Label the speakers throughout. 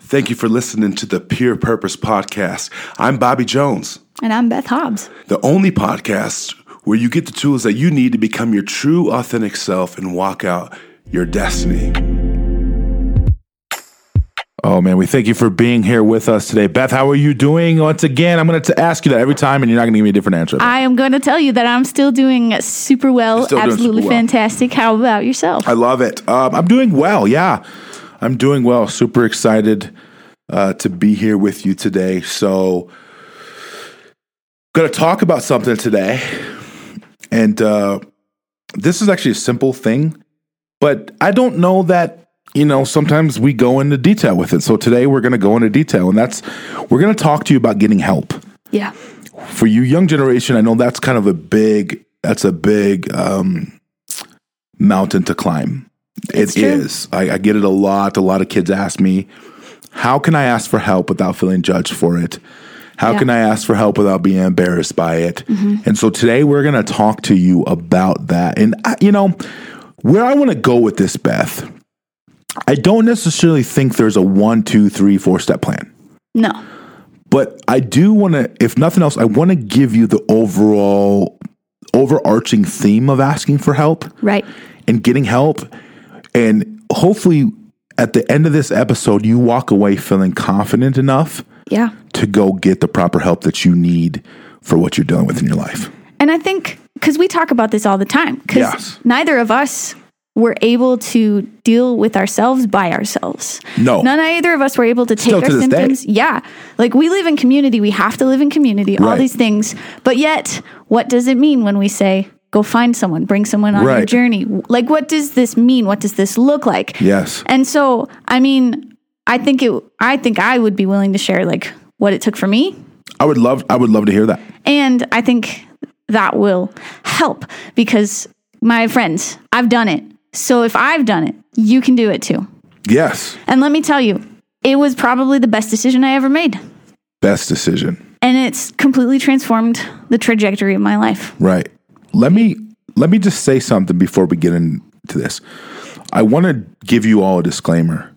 Speaker 1: Thank you for listening to the Pure Purpose Podcast. I'm Bobby Jones,
Speaker 2: And I'm Beth Hobbs.
Speaker 1: the only podcast where you get the tools that you need to become your true, authentic self and walk out your destiny. Oh man, we thank you for being here with us today. Beth, how are you doing? Once again, I'm going to ask you that every time, and you're not going to give me a different answer.
Speaker 2: I am going to tell you that I'm still doing super well,
Speaker 1: You're still doing
Speaker 2: absolutely
Speaker 1: super well.
Speaker 2: fantastic. How about yourself?
Speaker 1: I love it. Um, I'm doing well. Yeah, I'm doing well. Super excited uh, to be here with you today. So, going to talk about something today, and uh, this is actually a simple thing, but I don't know that you know. Sometimes we go into detail with it. So today we're going to go into detail, and that's we're going to talk to you about getting help
Speaker 2: yeah.
Speaker 1: for you young generation, I know that's kind of a big that's a big um, mountain to climb.
Speaker 2: It's
Speaker 1: It
Speaker 2: true.
Speaker 1: is. I, I get it a lot. A lot of kids ask me, "How can I ask for help without feeling judged for it? How
Speaker 2: Yeah. Mm-hmm.
Speaker 1: can I ask for help without being embarrassed by it?" And so today we're going to talk to you about that. And I, you know where I want to go with this, Beth. I don't necessarily think there's a one, two, three, four step plan.
Speaker 2: No.
Speaker 1: But I do want to, if nothing else, I want to give you the overall, overarching theme of asking for help
Speaker 2: Right.
Speaker 1: and getting help. And hopefully, at the end of this episode, you walk away feeling confident enough
Speaker 2: Yeah.
Speaker 1: to go get the proper help that you need for what you're dealing with in your life.
Speaker 2: And I think because we talk about this all the time, because
Speaker 1: Yes.
Speaker 2: neither of us were able to deal with ourselves by ourselves.
Speaker 1: No.
Speaker 2: None either of us were able to take
Speaker 1: Still
Speaker 2: our
Speaker 1: to this day.
Speaker 2: symptoms. Yeah. Like we live in community, we have to live in community, all
Speaker 1: Right.
Speaker 2: these things. But yet, what does it mean when we say, go find someone, bring someone on your
Speaker 1: Right.
Speaker 2: journey? Like, what does this mean? What does this look like?
Speaker 1: Yes.
Speaker 2: And so, I mean, I think it, I think I would be willing to share like what it took for me
Speaker 1: I would love, I would love to hear that.
Speaker 2: and I think that will help because my friends, I've done it. So if I've done it, you can do it too.
Speaker 1: Yes.
Speaker 2: And let me tell you, it was probably the best decision I ever made.
Speaker 1: Best decision.
Speaker 2: And it's completely transformed the trajectory of my life.
Speaker 1: Right. Let me let me just say something before we get into this. I want to give you all a disclaimer.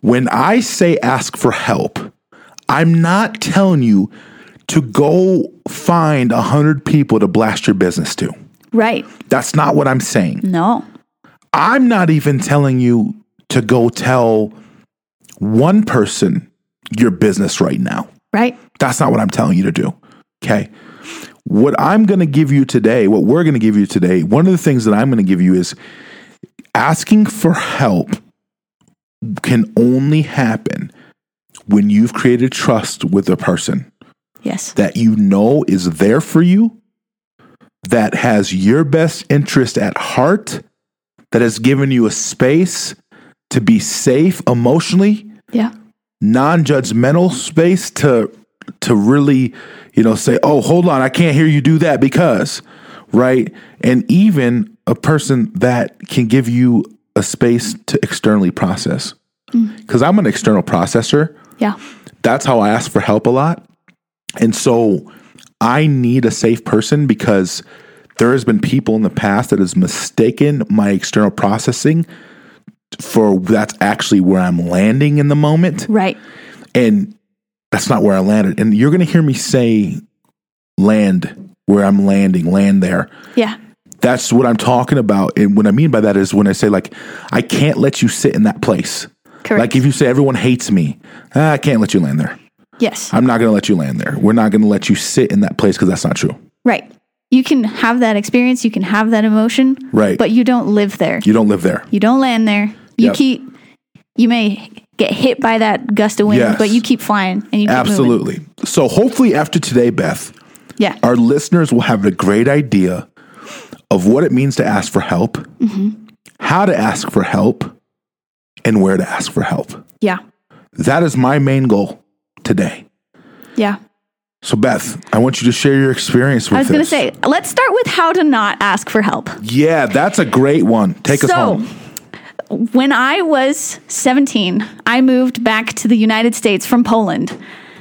Speaker 1: When I say ask for help, I'm not telling you to go find a hundred people to blast your business to.
Speaker 2: Right.
Speaker 1: That's not what I'm saying.
Speaker 2: No.
Speaker 1: I'm not even telling you to go tell one person your business right now.
Speaker 2: Right.
Speaker 1: That's not what I'm telling you to do. Okay. What I'm going to give you today, what we're going to give you today, one of the things that I'm going to give you is asking for help can only happen when you've created trust with a person
Speaker 2: Yes.
Speaker 1: that you know is there for you, that has your best interest at heart, that has given you a space to be safe emotionally
Speaker 2: Yeah.
Speaker 1: non-judgmental space to to really you know say oh hold on i can't hear you do that because right and even a person that can give you a space to externally process because i'm an external processor
Speaker 2: Yeah.
Speaker 1: that's how i ask for help a lot and so i need a safe person because there has been people in the past that has mistaken my external processing for that's actually where i'm landing in the moment
Speaker 2: Right.
Speaker 1: and that's not where I landed. And you're going to hear me say land where I'm landing, land there.
Speaker 2: Yeah.
Speaker 1: That's what I'm talking about. And what I mean by that is when I say, like, I can't let you sit in that place.
Speaker 2: Correct.
Speaker 1: Like, if you say everyone hates me, ah, I can't let you land there.
Speaker 2: yes.
Speaker 1: I'm not going to let you land there. We're not going to let you sit in that place because that's not true.
Speaker 2: Right. You can have that experience, you can have that emotion,
Speaker 1: Right.
Speaker 2: but you don't live there.
Speaker 1: You don't live there.
Speaker 2: You don't land there. You
Speaker 1: Yep.
Speaker 2: keep. You may get hit by that gust of wind,
Speaker 1: Yes.
Speaker 2: but you keep flying and you keep moving.
Speaker 1: Absolutely. So, hopefully, after today, Beth,
Speaker 2: Yeah.
Speaker 1: our listeners will have a great idea of what it means to ask for help, how to ask for help, and where to ask for help.
Speaker 2: Yeah.
Speaker 1: That is my main goal today.
Speaker 2: Yeah.
Speaker 1: So, Beth, I want you to share your experience with
Speaker 2: I was going
Speaker 1: this.
Speaker 2: to say, let's start with how to not ask for help.
Speaker 1: yeah, that's a great one. Take us
Speaker 2: So-
Speaker 1: home.
Speaker 2: When I was 17, I moved back to the United States from Poland,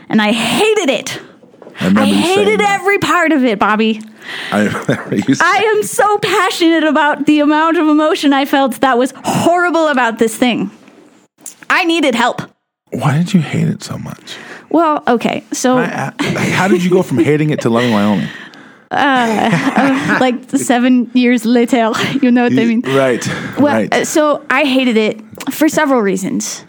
Speaker 2: and I hated it.
Speaker 1: I, remember
Speaker 2: I
Speaker 1: you saying
Speaker 2: hated
Speaker 1: that.
Speaker 2: every part of it, Bobby.
Speaker 1: I remember you saying-
Speaker 2: I am so passionate about the amount of emotion I felt that was horrible about this thing. I needed help.
Speaker 1: Why did you hate it so much?
Speaker 2: Well, okay. So,
Speaker 1: I- I- how did you go from hating it to loving Wyoming?
Speaker 2: like seven years later, you know what I mean?
Speaker 1: right.
Speaker 2: Well,
Speaker 1: right.
Speaker 2: uh, so I hated it for several reasons.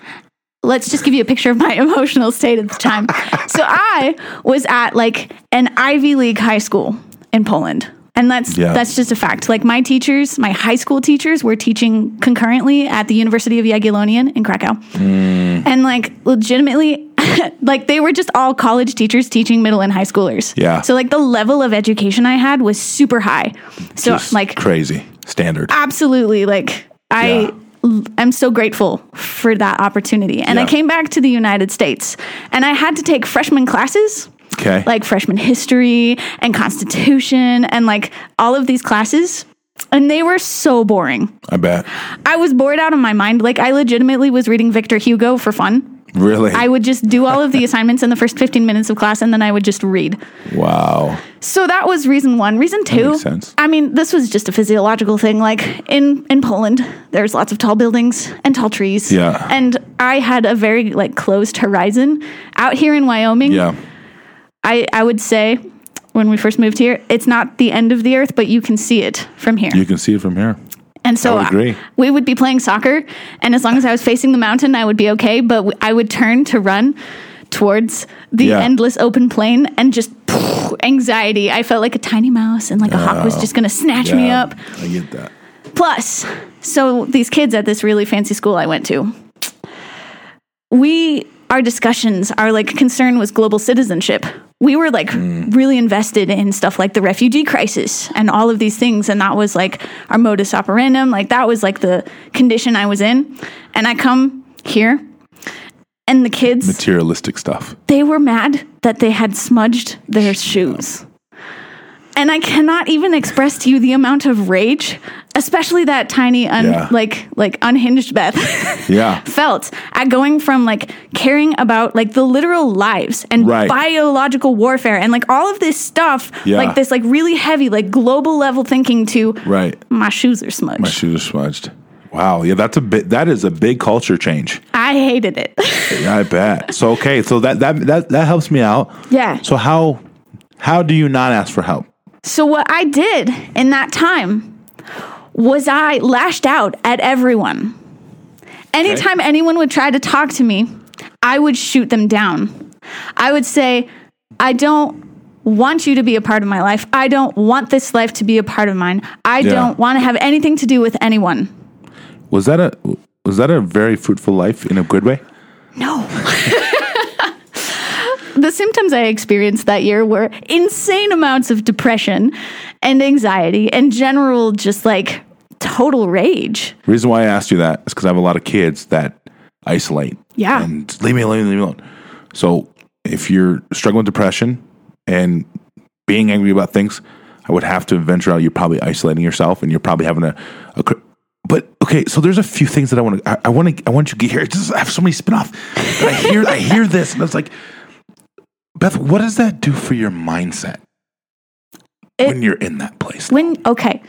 Speaker 2: Let's just give you a picture of my emotional state at the time. so I was at like an Ivy League high school in Poland. And that's
Speaker 1: Yeah.
Speaker 2: that's just a fact. Like my teachers, my high school teachers were teaching concurrently at the University of Jagiellonian in Krakow.
Speaker 1: Mm.
Speaker 2: And like legitimately like they were just all college teachers teaching middle and high schoolers.
Speaker 1: Yeah.
Speaker 2: So like the level of education I had was super high. So
Speaker 1: Just
Speaker 2: like
Speaker 1: crazy standard.
Speaker 2: absolutely like
Speaker 1: Yeah.
Speaker 2: i i'm so grateful for that opportunity and i
Speaker 1: Yeah.
Speaker 2: came back to the united states and i had to take freshman classes
Speaker 1: Okay.
Speaker 2: like freshman history and constitution and like all of these classes and they were so boring
Speaker 1: I bet.
Speaker 2: i was bored out of my mind like i legitimately was reading victor hugo for fun
Speaker 1: Really?
Speaker 2: i would just do all of the assignments in the first 15 minutes of class and then i would just read
Speaker 1: wow.
Speaker 2: so that was reason one. Reason two.
Speaker 1: makes sense.
Speaker 2: I mean, this was just a physiological thing. Like in in Poland, there's lots of tall buildings and tall trees.
Speaker 1: Yeah.
Speaker 2: And I had a very like closed horizon. Out here in Wyoming,
Speaker 1: Yeah.
Speaker 2: I I would say when we first moved here, it's not the end of the earth, but you can see it from here.
Speaker 1: You can see it from here.
Speaker 2: and so
Speaker 1: I would agree.
Speaker 2: we would be playing soccer, and as long as I was facing the mountain, I would be okay. But w- I would turn to run towards the
Speaker 1: Yeah.
Speaker 2: endless open plain and just anxiety. I felt like a tiny mouse, and like a hawk was just going to snatch me
Speaker 1: Yeah,
Speaker 2: up.
Speaker 1: I get that.
Speaker 2: Plus, so these kids at this really fancy school I went to, we our discussions, our like concern was global citizenship. We were like really invested in stuff like the refugee crisis and all of these things, and that was like our modus operandum. Like that was like the condition I was in, and I come here, and the kids
Speaker 1: Materialistic stuff.
Speaker 2: they were mad that they had smudged their shoes. And I cannot even express to you the amount of rage, especially that tiny, un-
Speaker 1: Yeah.
Speaker 2: like, like unhinged Beth
Speaker 1: Yeah.
Speaker 2: felt at going from like caring about like the literal lives and
Speaker 1: Right.
Speaker 2: biological warfare and like all of this stuff,
Speaker 1: Yeah.
Speaker 2: like this like really heavy like global level thinking to
Speaker 1: Right.
Speaker 2: my shoes are smudged.
Speaker 1: My shoes are smudged. Wow. Yeah, that's a bit. That is a big culture change.
Speaker 2: I hated it.
Speaker 1: Yeah, I bet. So okay, so that that that that helps me out.
Speaker 2: yeah.
Speaker 1: So how how do you not ask for help?
Speaker 2: So, what I did in that time was I lashed out at everyone. Anytime anyone would try to talk to me, I would shoot them down. I would say, I don't want you to be a part of my life. I don't want this life to be a part of mine. I
Speaker 1: Yeah.
Speaker 2: don't want to have anything to do with anyone.
Speaker 1: Was that a was that a very fruitful life in a good way?
Speaker 2: No. the symptoms I experienced that year were insane amounts of depression and anxiety and general just like total rage.
Speaker 1: Reason why I asked you that is because I have a lot of kids that isolate.
Speaker 2: Yeah.
Speaker 1: And leave me alone, leave me alone. So if you're struggling with depression and being angry about things, I would have to venture out. You're probably isolating yourself, and you're probably having a. a cr- but okay, so there's a few things that I want to. I, I want to. I want you to get here. It's Just, I have so many spinoff. But I hear. I hear this, and I was like, Beth, what does that do for your mindset
Speaker 2: It-
Speaker 1: when you're in that place?
Speaker 2: When okay.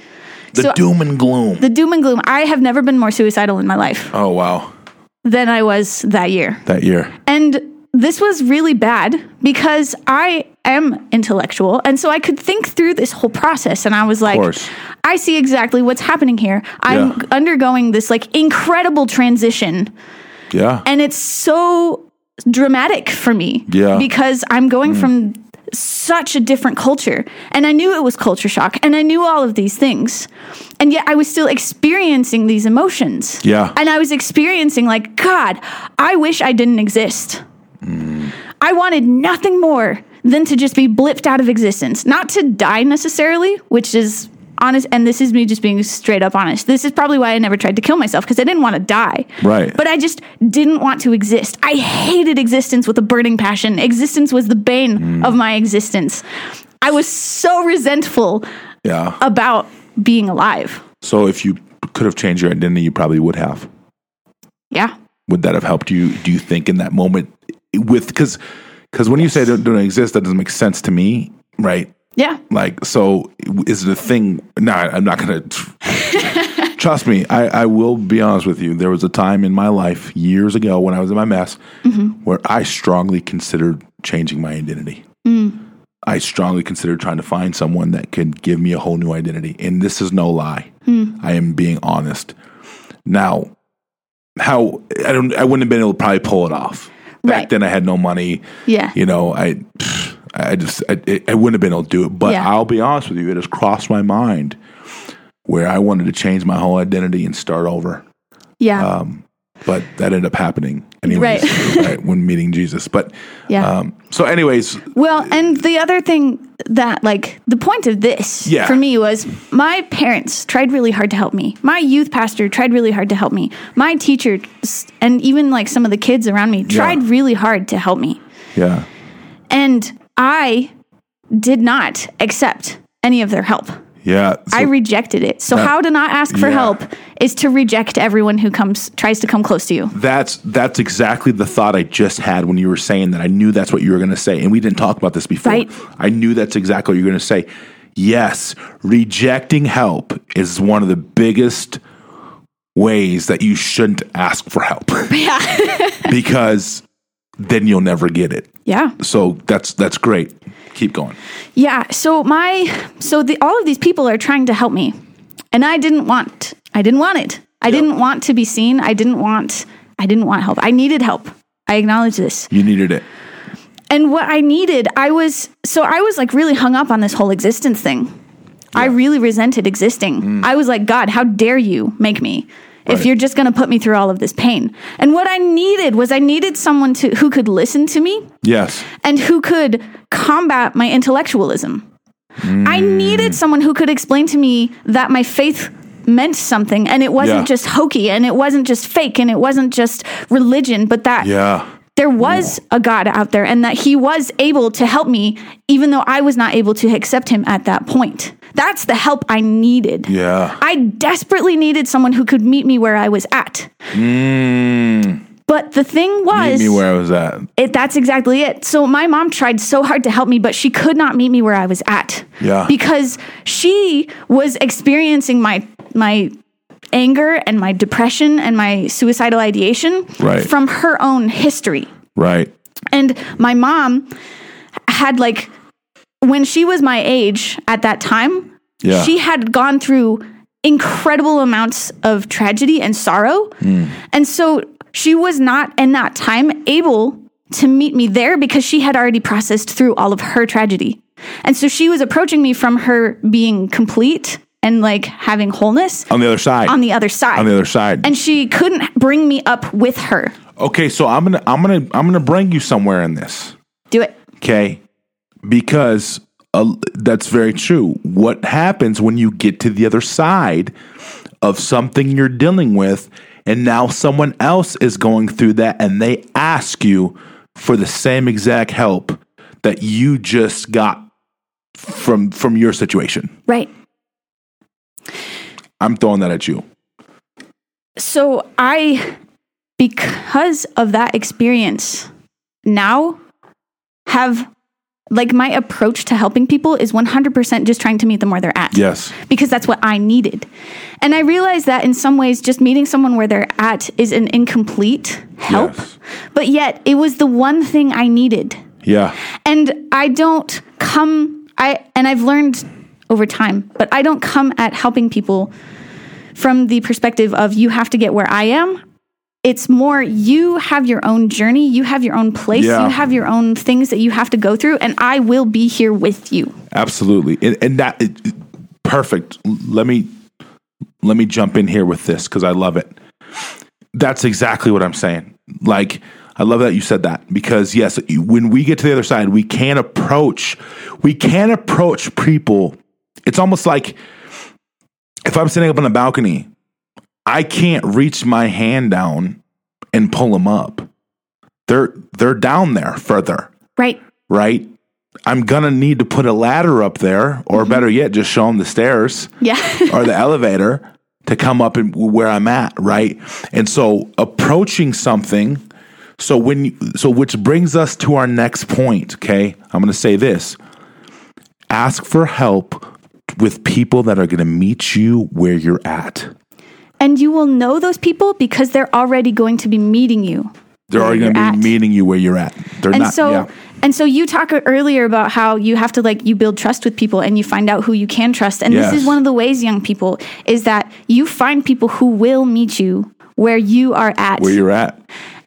Speaker 1: The
Speaker 2: so-
Speaker 1: doom and gloom.
Speaker 2: The doom and gloom. I have never been more suicidal in my life
Speaker 1: oh wow,
Speaker 2: than I was that year.
Speaker 1: that year.
Speaker 2: And this was really bad because I am intellectual. And so I could think through this whole process. And I was like,
Speaker 1: course.
Speaker 2: I see exactly what's happening here. I'm
Speaker 1: Yeah.
Speaker 2: undergoing this like incredible transition.
Speaker 1: Yeah.
Speaker 2: And it's so dramatic for me.
Speaker 1: Yeah. Mm.
Speaker 2: Because I'm going from such a different culture. And I knew it was culture shock. And I knew all of these things. And yet I was still experiencing these emotions.
Speaker 1: Yeah.
Speaker 2: And I was experiencing, like, God, I wish I didn't exist. I wanted nothing more than to just be blipped out of existence, not to die necessarily, which is honest. And this is me just being straight up honest. This is probably why I never tried to kill myself because I didn't want to die.
Speaker 1: Right.
Speaker 2: But I just didn't want to exist. I hated existence with a burning passion. Existence was the bane of my existence. I was so resentful
Speaker 1: yeah.
Speaker 2: about being alive.
Speaker 1: So if you could have changed your identity, you probably would have.
Speaker 2: Yeah.
Speaker 1: Would that have helped you? Do you think in that moment with because because when you say don't, don't exist, that doesn't make sense to me, right?
Speaker 2: Yeah.
Speaker 1: Like, so is it a thing? No, I'm not gonna tr- Trust me, I, I will be honest with you. There was a time in my life years ago when I was in my mess where I strongly considered changing my identity. I strongly considered trying to find someone that could give me a whole new identity. And this is no lie. I am being honest. Now, how I don't I wouldn't have been able to probably pull it off. Back
Speaker 2: Right.
Speaker 1: then I had no money.
Speaker 2: Yeah.
Speaker 1: You know, I pfft, I just I, I- I wouldn't have been able to do it. But
Speaker 2: Yeah.
Speaker 1: I'll be honest with you, it has crossed my mind where I wanted to change my whole identity and start over.
Speaker 2: Yeah.
Speaker 1: Um, but that ended up happening anyways
Speaker 2: Right.
Speaker 1: right, when meeting Jesus. But
Speaker 2: Yeah.
Speaker 1: um, so anyways,
Speaker 2: Well, and the other thing that, like, the point of this
Speaker 1: Yeah.
Speaker 2: for me was my parents tried really hard to help me. My youth pastor tried really hard to help me. My teacher s- and even like some of the kids around me tried really hard to help me.
Speaker 1: yeah.
Speaker 2: And I did not accept any of their help.
Speaker 1: Yeah.
Speaker 2: I
Speaker 1: So-
Speaker 2: rejected it. So, how to not ask for
Speaker 1: yeah.
Speaker 2: help is to reject everyone who comes, tries to come close to you.
Speaker 1: That's that's exactly the thought I just had when you were saying that. I knew that's what you were going to say, and we didn't talk about this before.
Speaker 2: Right.
Speaker 1: I knew that's exactly what you're going to say. Yes, rejecting help is one of the biggest ways that you shouldn't ask for help. Yeah. because then you'll never get it.
Speaker 2: Yeah.
Speaker 1: So that's that's great. Keep going.
Speaker 2: Yeah. So my so the all of these people are trying to help me, and I didn't want I didn't want it. I didn't want to be seen. I didn't want I didn't want help. I needed help. I acknowledge this.
Speaker 1: You needed it.
Speaker 2: And what I needed, I was so I was like really hung up on this whole existence thing. I really resented existing. I was like, God, how dare you make me? If
Speaker 1: Right.
Speaker 2: you're just going to put me through all of this pain. And what I needed was I needed someone to who could listen to me
Speaker 1: Yes.
Speaker 2: and who could combat my intellectualism. I
Speaker 1: Hmm.
Speaker 2: needed someone who could explain to me that my faith meant something and it wasn't
Speaker 1: Yeah.
Speaker 2: just hokey and it wasn't just fake and it wasn't just religion, but that
Speaker 1: Yeah.
Speaker 2: there was a God out there and that he was able to help me, even though I was not able to accept him at that point. That's the help I needed.
Speaker 1: Yeah.
Speaker 2: I desperately needed someone who could meet me where I was at.
Speaker 1: Mm,
Speaker 2: But the thing
Speaker 1: meet
Speaker 2: was,
Speaker 1: me where I was at.
Speaker 2: it, that's exactly it. So my mom tried so hard to help me, but she could not meet me where I was at.
Speaker 1: Yeah.
Speaker 2: Because she was experiencing my my anger and my depression and my suicidal ideation
Speaker 1: Right.
Speaker 2: from her own history.
Speaker 1: Right.
Speaker 2: And my mom had like when she was my age at that time,
Speaker 1: Yeah.
Speaker 2: she had gone through incredible amounts of tragedy and sorrow.
Speaker 1: Hmm.
Speaker 2: And so she was not in that time able to meet me there because she had already processed through all of her tragedy. And so she was approaching me from her being complete and like having wholeness
Speaker 1: On the other side.
Speaker 2: on the other side.
Speaker 1: on the other side.
Speaker 2: and she couldn't bring me up with her.
Speaker 1: Okay, so I'm gonna I'm gonna I'm gonna bring you somewhere in this,
Speaker 2: Do it.
Speaker 1: okay? Because uh, that's very true. What happens when you get to the other side of something you're dealing with, and now someone else is going through that, and they ask you for the same exact help that you just got from from your situation?
Speaker 2: Right.
Speaker 1: I'm throwing that at you.
Speaker 2: so I, because of that experience, now have like my approach to helping people is 100% just trying to meet them where they're at.
Speaker 1: Yes.
Speaker 2: Because that's what I needed. And I realized that in some ways, just meeting someone where they're at is an incomplete help.
Speaker 1: Yes.
Speaker 2: But yet, it was the one thing I needed
Speaker 1: Yeah.
Speaker 2: and I don't come I and I've learned over time, but I don't come at helping people from the perspective of you have to get where I am. It's more you have your own journey, you have your own place,
Speaker 1: Yeah.
Speaker 2: you have your own things that you have to go through and I will be here with you.
Speaker 1: Absolutely, and, and that it, it- perfect. L- Let me let me jump in here with this because I love it. That's exactly what I'm saying. Like I love that you said that because yes, you- when we get to the other side, we can approach we can approach people. It's almost like if I'm sitting up on a balcony, I can't reach my hand down and pull them up. They're they're down there further
Speaker 2: Right?
Speaker 1: right? I'm gonna need to put a ladder up there, or better yet, just show them the stairs
Speaker 2: Mm-hmm. Yeah.
Speaker 1: or the elevator to come up and where I'm at, right? And so approaching something, so when you, so which brings us to our next point. Okay, I'm gonna say this: ask for help with people that are gonna meet you where you're at.
Speaker 2: And you will know those people because they're already going to be meeting you.
Speaker 1: They're
Speaker 2: where
Speaker 1: already
Speaker 2: you're
Speaker 1: going to be
Speaker 2: at.
Speaker 1: meeting you where you're at. They're
Speaker 2: And
Speaker 1: not.
Speaker 2: so
Speaker 1: yeah.
Speaker 2: and so you talked earlier about how you have to like you build trust with people and you find out who you can trust. And this
Speaker 1: Yes.
Speaker 2: is one of the ways young people is that you find people who will meet you where you are at.
Speaker 1: Where you're at.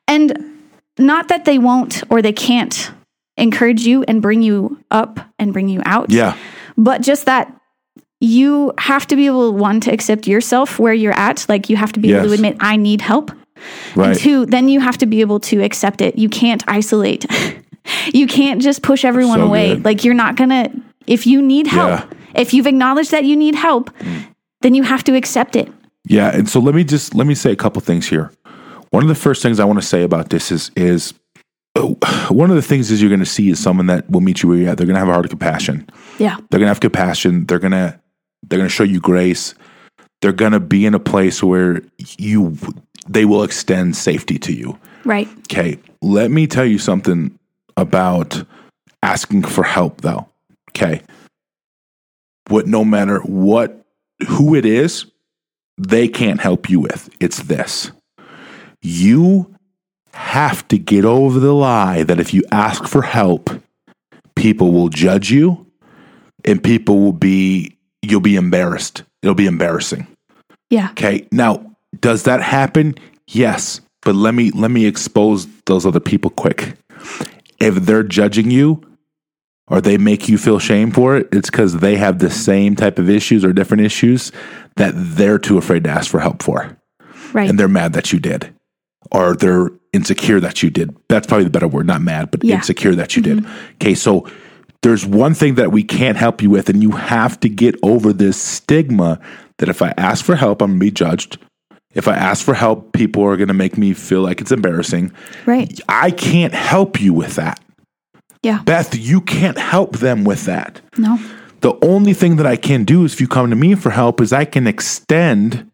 Speaker 2: And not that they won't or they can't encourage you and bring you up and bring you out.
Speaker 1: Yeah.
Speaker 2: But just that you have to be able one to accept yourself where you're at. Like you have to be able to
Speaker 1: Yes.
Speaker 2: admit I need help.
Speaker 1: Right.
Speaker 2: Two, then you have to be able to accept it. You can't isolate. you can't just push everyone
Speaker 1: So
Speaker 2: away.
Speaker 1: good.
Speaker 2: Like you're not gonna if you need help,
Speaker 1: Yeah.
Speaker 2: if you've acknowledged that you need help, then you have to accept it.
Speaker 1: Yeah, and so let me just let me say a couple things here. One of the first things I want to say about this is is oh, one of the things is you're going to see is someone that will meet you where you're at. They're going to have a heart of compassion.
Speaker 2: Yeah.
Speaker 1: They're going to have compassion. They're going to they're going to show you grace. They're going to be in a place where you they will extend safety to you.
Speaker 2: Right.
Speaker 1: Okay, let me tell you something about asking for help, though. Okay, what no matter what who it is, they can't help you with. It's this: you have to get over the lie that if you ask for help, people will judge you, and people will be you'll be embarrassed. It'll be embarrassing.
Speaker 2: Yeah.
Speaker 1: Okay. Now, does that happen? Yes. But let me let me expose those other people quick. If they're judging you or they make you feel shame for it, it's because they have the same type of issues or different issues that they're too afraid to ask for help for.
Speaker 2: Right.
Speaker 1: And they're mad that you did. Or they're insecure that you did. That's probably the better word, not mad, but
Speaker 2: Yeah. Mm-hmm.
Speaker 1: insecure that you did. Okay, so there's one thing that we can't help you with, and you have to get over this stigma that if I ask for help, I'm gonna be judged. If I ask for help, people are gonna make me feel like it's embarrassing.
Speaker 2: right.
Speaker 1: I can't help you with that.
Speaker 2: Yeah.
Speaker 1: Beth, you can't help them with that.
Speaker 2: No.
Speaker 1: The only thing that I can do is if you come to me for help is I can extend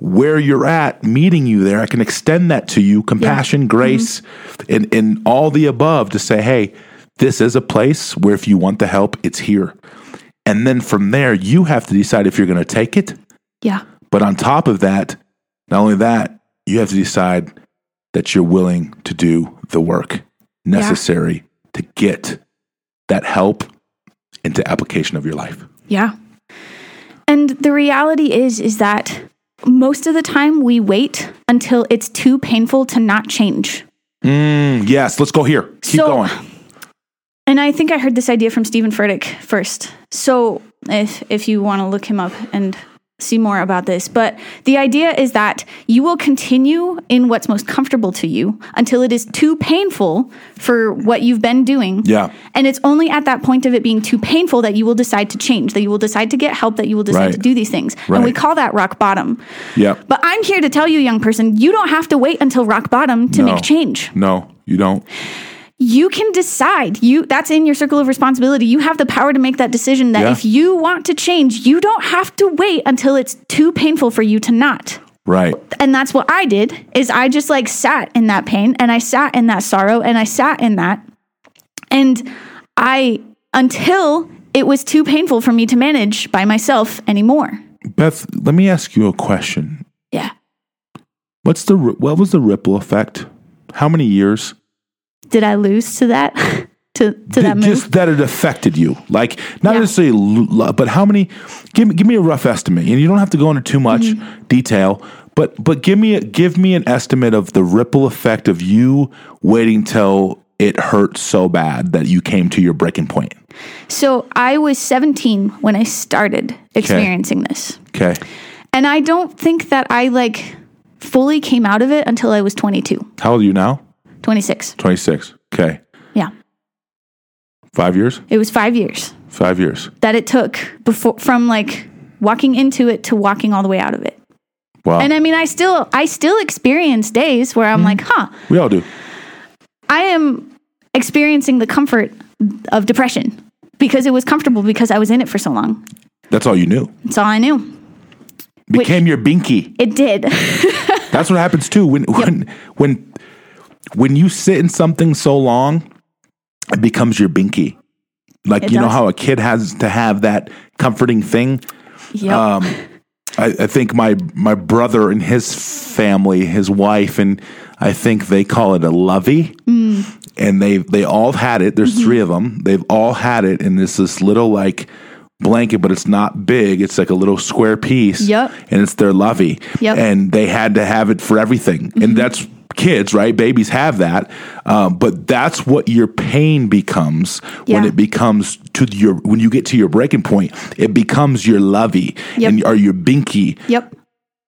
Speaker 1: where you're at, meeting you there. I can extend that to you, compassion, grace, and, and all the above to say, hey, this is a place where if you want the help, it's here. And then from there, you have to decide if you're going to take it.
Speaker 2: Yeah.
Speaker 1: But on top of that, not only that, you have to decide that you're willing to do the work necessary to get that help into application of your life.
Speaker 2: Yeah. And the reality is is that most of the time we wait until it's too painful to not change.
Speaker 1: Mm, yes, let's go here. Keep
Speaker 2: So-
Speaker 1: going.
Speaker 2: And I think I heard this idea from Stephen Furtick first. So if if you want to look him up and see more about this, but the idea is that you will continue in what's most comfortable to you until it is too painful for what you've been doing.
Speaker 1: Yeah.
Speaker 2: And it's only at that point of it being too painful that you will decide to change, that you will decide to get help, that you will decide
Speaker 1: Right.
Speaker 2: to do these things. And we
Speaker 1: Right.
Speaker 2: call that rock bottom.
Speaker 1: Yep.
Speaker 2: But I'm here to tell you, young person, you don't have to wait until rock bottom to
Speaker 1: No.
Speaker 2: make change
Speaker 1: No, you don't.
Speaker 2: you can decide you that's in your circle of responsibility you have the power to make that decision that
Speaker 1: Yeah.
Speaker 2: if you want to change you don't have to wait until it's too painful for you to not
Speaker 1: Right.
Speaker 2: and that's what i did is i just like sat in that pain and i sat in that sorrow and i sat in that and i until it was too painful for me to manage by myself anymore
Speaker 1: Beth, let me ask you a question.
Speaker 2: yeah
Speaker 1: What's the ri- what was the ripple effect? How many years?
Speaker 2: did i lose to that to to that
Speaker 1: Th-
Speaker 2: move
Speaker 1: just that it affected you like not
Speaker 2: Yeah.
Speaker 1: necessarily lo- lo- but how many give me give me a rough estimate and you don't have to go into too much
Speaker 2: Mm-hmm.
Speaker 1: detail but but give me a, give me an estimate of the ripple effect of you waiting till it hurt so bad that you came to your breaking point
Speaker 2: so i was 17 when i started experiencing this
Speaker 1: okay
Speaker 2: And I don't think that I like fully came out of it until I was 22,
Speaker 1: how old are you now
Speaker 2: 26.
Speaker 1: 26 okay
Speaker 2: Yeah.
Speaker 1: 5 years
Speaker 2: It was 5 years
Speaker 1: 5 years
Speaker 2: that it took before from like walking into it to walking all the way out of it.
Speaker 1: wow
Speaker 2: And I mean, I still I still experience days where I'm like, "Huh,
Speaker 1: we all do
Speaker 2: I am experiencing the comfort of depression." Because it was comfortable because I was in it for so long.
Speaker 1: that's all you knew
Speaker 2: That's all I knew.
Speaker 1: became your binky
Speaker 2: It did.
Speaker 1: That's what happens too when when when when you sit in something so long, it becomes your binky. Like
Speaker 2: It
Speaker 1: you know
Speaker 2: does.
Speaker 1: how a kid has to have that comforting thing.
Speaker 2: yep.
Speaker 1: Um, I, I think my my brother and his family, his wife, and I think they call it a lovey,
Speaker 2: Mm.
Speaker 1: and they they all had it. There's three
Speaker 2: Mm-hmm.
Speaker 1: of them. They've all had it, and it's this little like blanket, but it's not big. It's like a little square piece.
Speaker 2: Yep.
Speaker 1: and it's their lovey.
Speaker 2: Yep.
Speaker 1: and they had to have it for everything,
Speaker 2: Mm-hmm.
Speaker 1: and that's kids, right? Babies have that, um, but that's what your pain becomes when
Speaker 2: Yeah.
Speaker 1: it becomes to your when you get to your breaking point. It becomes your lovey
Speaker 2: Yep.
Speaker 1: and or your binky
Speaker 2: Yep.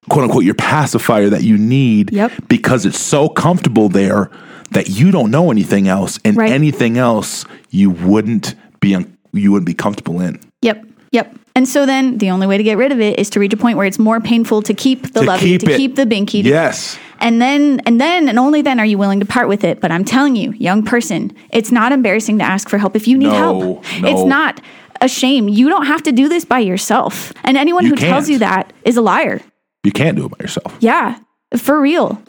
Speaker 1: quote unquote your pacifier that you need
Speaker 2: Yep.
Speaker 1: because it's so comfortable there that you don't know anything else and
Speaker 2: Right.
Speaker 1: anything else you wouldn't be un- you wouldn't be comfortable in
Speaker 2: Yep. Yep. And so then the only way to get rid of it is to reach a point where it's more painful to keep the
Speaker 1: To
Speaker 2: lovey,
Speaker 1: keep
Speaker 2: to
Speaker 1: it.
Speaker 2: keep the binky. to-
Speaker 1: yes
Speaker 2: And then and then and only then are you willing to part with it. But I'm telling you, young person, it's not embarrassing to ask for help if you need
Speaker 1: No,
Speaker 2: help.
Speaker 1: no.
Speaker 2: It's not a shame. You don't have to do this by yourself. And anyone
Speaker 1: You
Speaker 2: who tells
Speaker 1: can't.
Speaker 2: you that is a liar.
Speaker 1: you can't do it by yourself
Speaker 2: Yeah. For real.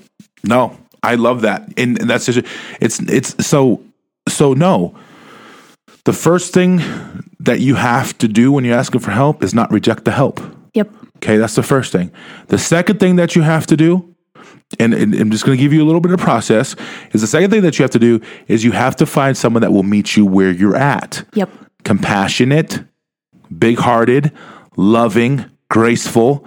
Speaker 1: no i love that and, and that's just it's it's so so no the first thing that you have to do when you're asking for help is not reject the help
Speaker 2: Yep.
Speaker 1: Okay, that's the first thing. The second thing that you have to do, and, and I'm just going to give you a little bit of process, is the second thing that you have to do is you have to find someone that will meet you where you're at.
Speaker 2: Yep.
Speaker 1: Compassionate, big hearted, loving, graceful,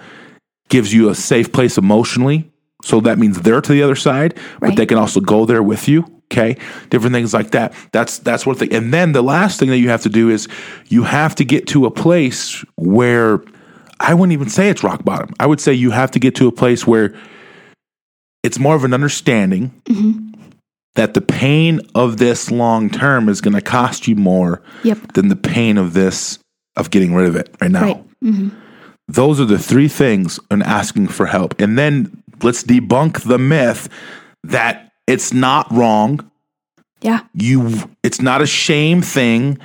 Speaker 1: gives you a safe place emotionally. So that means they're to the other side, but
Speaker 2: Right.
Speaker 1: they can also go there with you. Okay. Different things like that. That's that's one thing. And then the last thing that you have to do is you have to get to a place where I wouldn't even say it's rock bottom. I would say you have to get to a place where it's more of an understanding that the pain of this long term is going to cost you more
Speaker 2: Yep.
Speaker 1: than the pain of this of getting rid of it right now.
Speaker 2: Right.
Speaker 1: Those are the three things in asking for help. And then let's debunk the myth that it's not wrong.
Speaker 2: Yeah.
Speaker 1: You it's not a shame thing.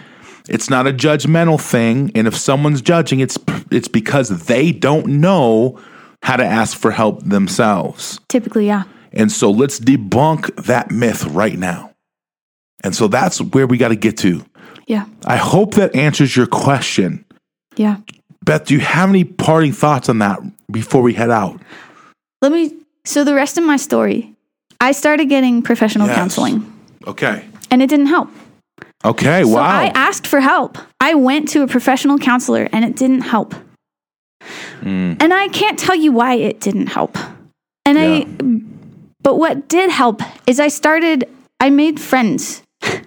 Speaker 1: It's not a judgmental thing. And if someone's judging, it's it's because they don't know how to ask for help themselves.
Speaker 2: Typically, yeah.
Speaker 1: And so let's debunk that myth right now. And so that's where we got to get to.
Speaker 2: Yeah.
Speaker 1: I hope that answers your question.
Speaker 2: Yeah.
Speaker 1: Beth, do you have any parting thoughts on that before we head out?
Speaker 2: Let me so the rest of my story. I started getting professional
Speaker 1: Yes.
Speaker 2: counseling
Speaker 1: Okay.
Speaker 2: and it didn't help.
Speaker 1: Okay.
Speaker 2: So
Speaker 1: wow.
Speaker 2: I asked for help. I went to a professional counselor and it didn't help.
Speaker 1: Hmm.
Speaker 2: And I can't tell you why it didn't help. And I but what did help is I started I made friends.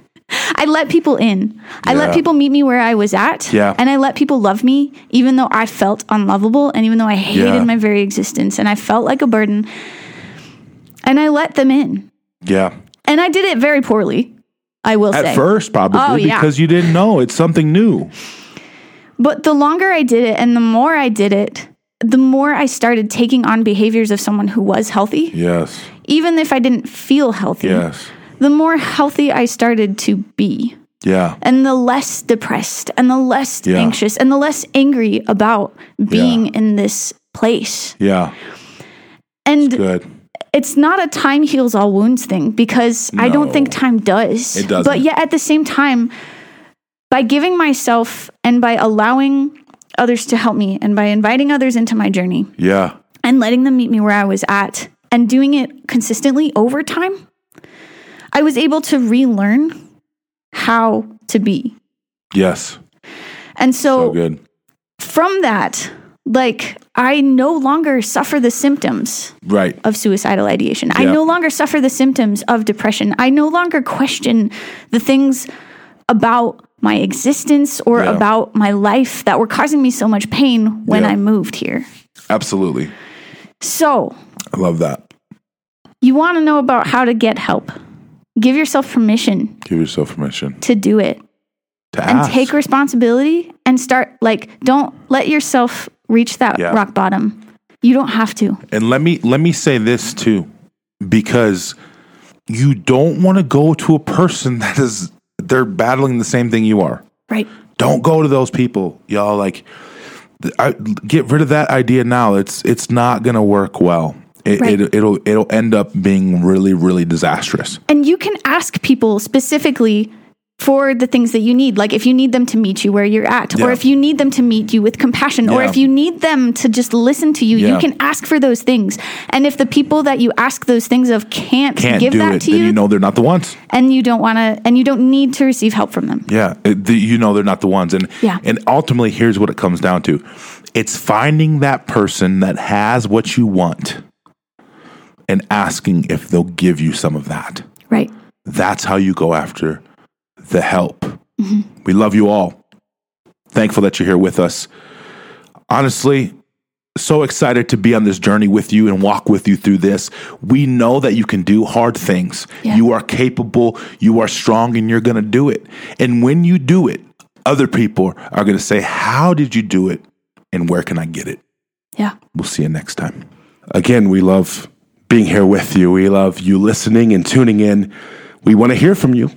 Speaker 2: I let people in. I let
Speaker 1: Yeah.
Speaker 2: people meet me where I was at.
Speaker 1: Yeah.
Speaker 2: And I let people love me even though I felt unlovable and even though I hated
Speaker 1: Yeah.
Speaker 2: my very existence and I felt like a burden. And I let them in.
Speaker 1: yeah.
Speaker 2: And I did it very poorly. I will
Speaker 1: At
Speaker 2: say.
Speaker 1: first, probably
Speaker 2: Oh, yeah.
Speaker 1: because you didn't know it's something new.
Speaker 2: But the longer I did it and the more I did it, the more I started taking on behaviors of someone who was healthy,
Speaker 1: Yes.
Speaker 2: even if I didn't feel healthy.
Speaker 1: Yes.
Speaker 2: The more healthy I started to be,
Speaker 1: Yeah.
Speaker 2: and the less depressed, and the less
Speaker 1: Yeah.
Speaker 2: anxious, and the less angry about being in this place.
Speaker 1: Yeah.
Speaker 2: And
Speaker 1: Good.
Speaker 2: it's not a time heals all wounds thing because I
Speaker 1: No.
Speaker 2: don't think time does.
Speaker 1: It doesn't.
Speaker 2: But yet at the same time, by giving myself and by allowing others to help me and by inviting others into my journey
Speaker 1: Yeah.
Speaker 2: and letting them meet me where I was at and doing it consistently over time, I was able to relearn how to be.
Speaker 1: Yes.
Speaker 2: And
Speaker 1: So
Speaker 2: so,
Speaker 1: good.
Speaker 2: from that, like I no longer suffer the symptoms
Speaker 1: Right.
Speaker 2: of suicidal ideation. I
Speaker 1: Yeah.
Speaker 2: no longer suffer the symptoms of depression. I no longer question the things about my existence or
Speaker 1: Yeah.
Speaker 2: about my life that were causing me so much pain when
Speaker 1: Yeah.
Speaker 2: I moved here.
Speaker 1: Absolutely.
Speaker 2: So,
Speaker 1: I love that.
Speaker 2: you want to know about how to get help. Give yourself permission
Speaker 1: Give yourself permission
Speaker 2: to do it
Speaker 1: to
Speaker 2: and
Speaker 1: ask.
Speaker 2: take responsibility and start like don't let yourself reach that
Speaker 1: Yeah.
Speaker 2: rock bottom. You don't have to.
Speaker 1: And let me let me say this too, because you don't want to go to a person that is they're battling the same thing you are.
Speaker 2: Right.
Speaker 1: Don't go to those people, y'all. Like, th- I, get rid of that idea now. It's it's not gonna work well. It,
Speaker 2: Right.
Speaker 1: it it'll it'll end up being really really disastrous.
Speaker 2: And you can ask people specifically for the things that you need. Like if you need them to meet you where you're at,
Speaker 1: Yeah.
Speaker 2: or if you need them to meet you with compassion, or
Speaker 1: Yeah.
Speaker 2: if you need them to just listen to you,
Speaker 1: Yeah.
Speaker 2: you can ask for those things. And if the people that you ask those things of can't,
Speaker 1: Can't
Speaker 2: give
Speaker 1: do
Speaker 2: that
Speaker 1: it,
Speaker 2: to
Speaker 1: then
Speaker 2: you,
Speaker 1: you know they're not the ones.
Speaker 2: and you don't want to, and you don't need to receive help from them.
Speaker 1: Yeah, it- the, you know they're not the ones, and
Speaker 2: Yeah.
Speaker 1: and ultimately, here's what it comes down to: it's finding that person that has what you want, and asking if they'll give you some of that.
Speaker 2: Right.
Speaker 1: That's how you go after the help. We love you all. Thankful that you're here with us. Honestly, so excited to be on this journey with you and walk with you through this. We know that you can do hard things.
Speaker 2: Yeah.
Speaker 1: You are capable, you are strong, and you're going to do it. And when you do it, other people are going to say, How did you do it? And where can I get it?
Speaker 2: Yeah.
Speaker 1: We'll see you next time.
Speaker 3: Again, we love being here with you. We love you listening and tuning in. We want to hear from you.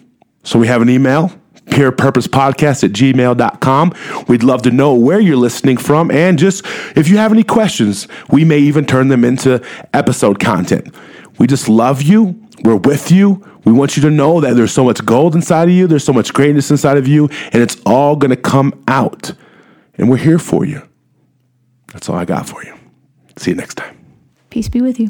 Speaker 3: So we have an email, purepurposepodcast at gmail.com. We'd love to know where you're listening from. And just if you have any questions, we may even turn them into episode content. We just love you. We're with you. We want you to know that there's so much gold inside of you, there's so much greatness inside of you, and it's all going to come out. And we're here for you. That's all I got for you. See you next time.
Speaker 2: Peace be with you.